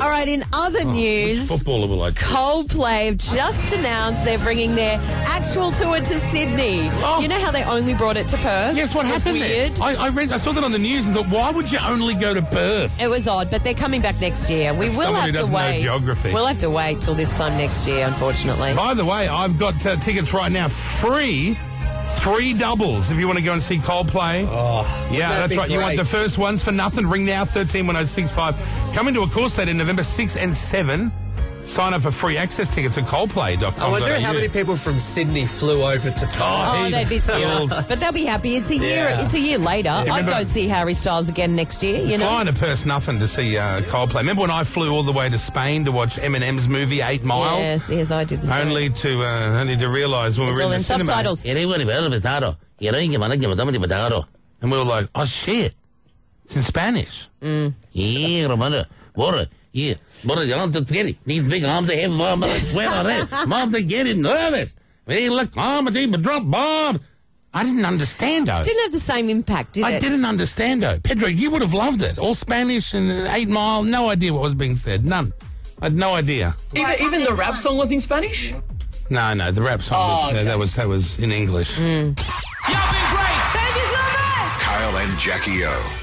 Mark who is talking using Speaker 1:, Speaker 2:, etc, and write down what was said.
Speaker 1: All right, in other
Speaker 2: Oh,
Speaker 1: news,
Speaker 2: Footballer will I
Speaker 1: Coldplay have just announced they're bringing their actual tour to Sydney.
Speaker 2: Oh.
Speaker 1: You know how they only brought it to Perth?
Speaker 2: Yes, what
Speaker 1: It was
Speaker 2: happened
Speaker 1: weird.
Speaker 2: there? I, I read, I saw that on the news and thought, why would you only go to Perth?
Speaker 1: It was odd, but they're coming back next year. We
Speaker 2: That's
Speaker 1: will
Speaker 2: someone
Speaker 1: have
Speaker 2: who
Speaker 1: to
Speaker 2: doesn't know
Speaker 1: wait.
Speaker 2: geography.
Speaker 1: We'll have to wait till this time next year, unfortunately.
Speaker 2: By the way, I've got uh, tickets right now, free, three doubles. If you want to go and see Coldplay, oh, yeah,
Speaker 3: that
Speaker 2: that's
Speaker 3: be
Speaker 2: right. You want
Speaker 3: great?
Speaker 2: the first ones for nothing? Ring now thirteen one zero six five. Coming to a course date in November six and seven. Sign up for free access tickets at Coldplay.com.
Speaker 3: Oh, I wonder how many people from Sydney flew over to Perth.
Speaker 1: Oh, they'd be
Speaker 2: Bills.
Speaker 1: thrilled. But they'll be happy. It's a year.
Speaker 3: Yeah.
Speaker 1: It's a year later. I'd
Speaker 2: remember-
Speaker 1: go and see Harry Styles again next year. You know.
Speaker 2: Flying to Perth, nothing to see uh, Coldplay. Remember when I flew all the way to Spain to watch Eminem's movie Eight Mile?
Speaker 1: Yes, yes, I did the same.
Speaker 2: Only to uh, only to realise when we
Speaker 1: it's
Speaker 2: were in
Speaker 1: all
Speaker 2: the
Speaker 1: in
Speaker 2: cinema,
Speaker 1: subtitles.
Speaker 2: and we were like, "Oh shit, it's in Spanish."
Speaker 4: Yeah, Ramona. Water. Yeah. Water, you don't have to get it. These big arms they have, um, I swear on it. Mom, they get it nervous. They look
Speaker 1: Mm.
Speaker 4: calm, they drop bomb.
Speaker 2: I didn't understand though.
Speaker 1: Didn't have the same impact, did
Speaker 2: I
Speaker 1: it?
Speaker 2: didn't understand though. Pedro, you would have loved it. All Spanish and uh, Eight Mile. No idea what was being said. None. I had no idea.
Speaker 5: Even, even the rap song was in Spanish?
Speaker 2: No, no. The rap song
Speaker 1: Oh,
Speaker 2: was, uh, that was that
Speaker 1: Mm.
Speaker 2: was in English.
Speaker 6: Kyle and Jackie O.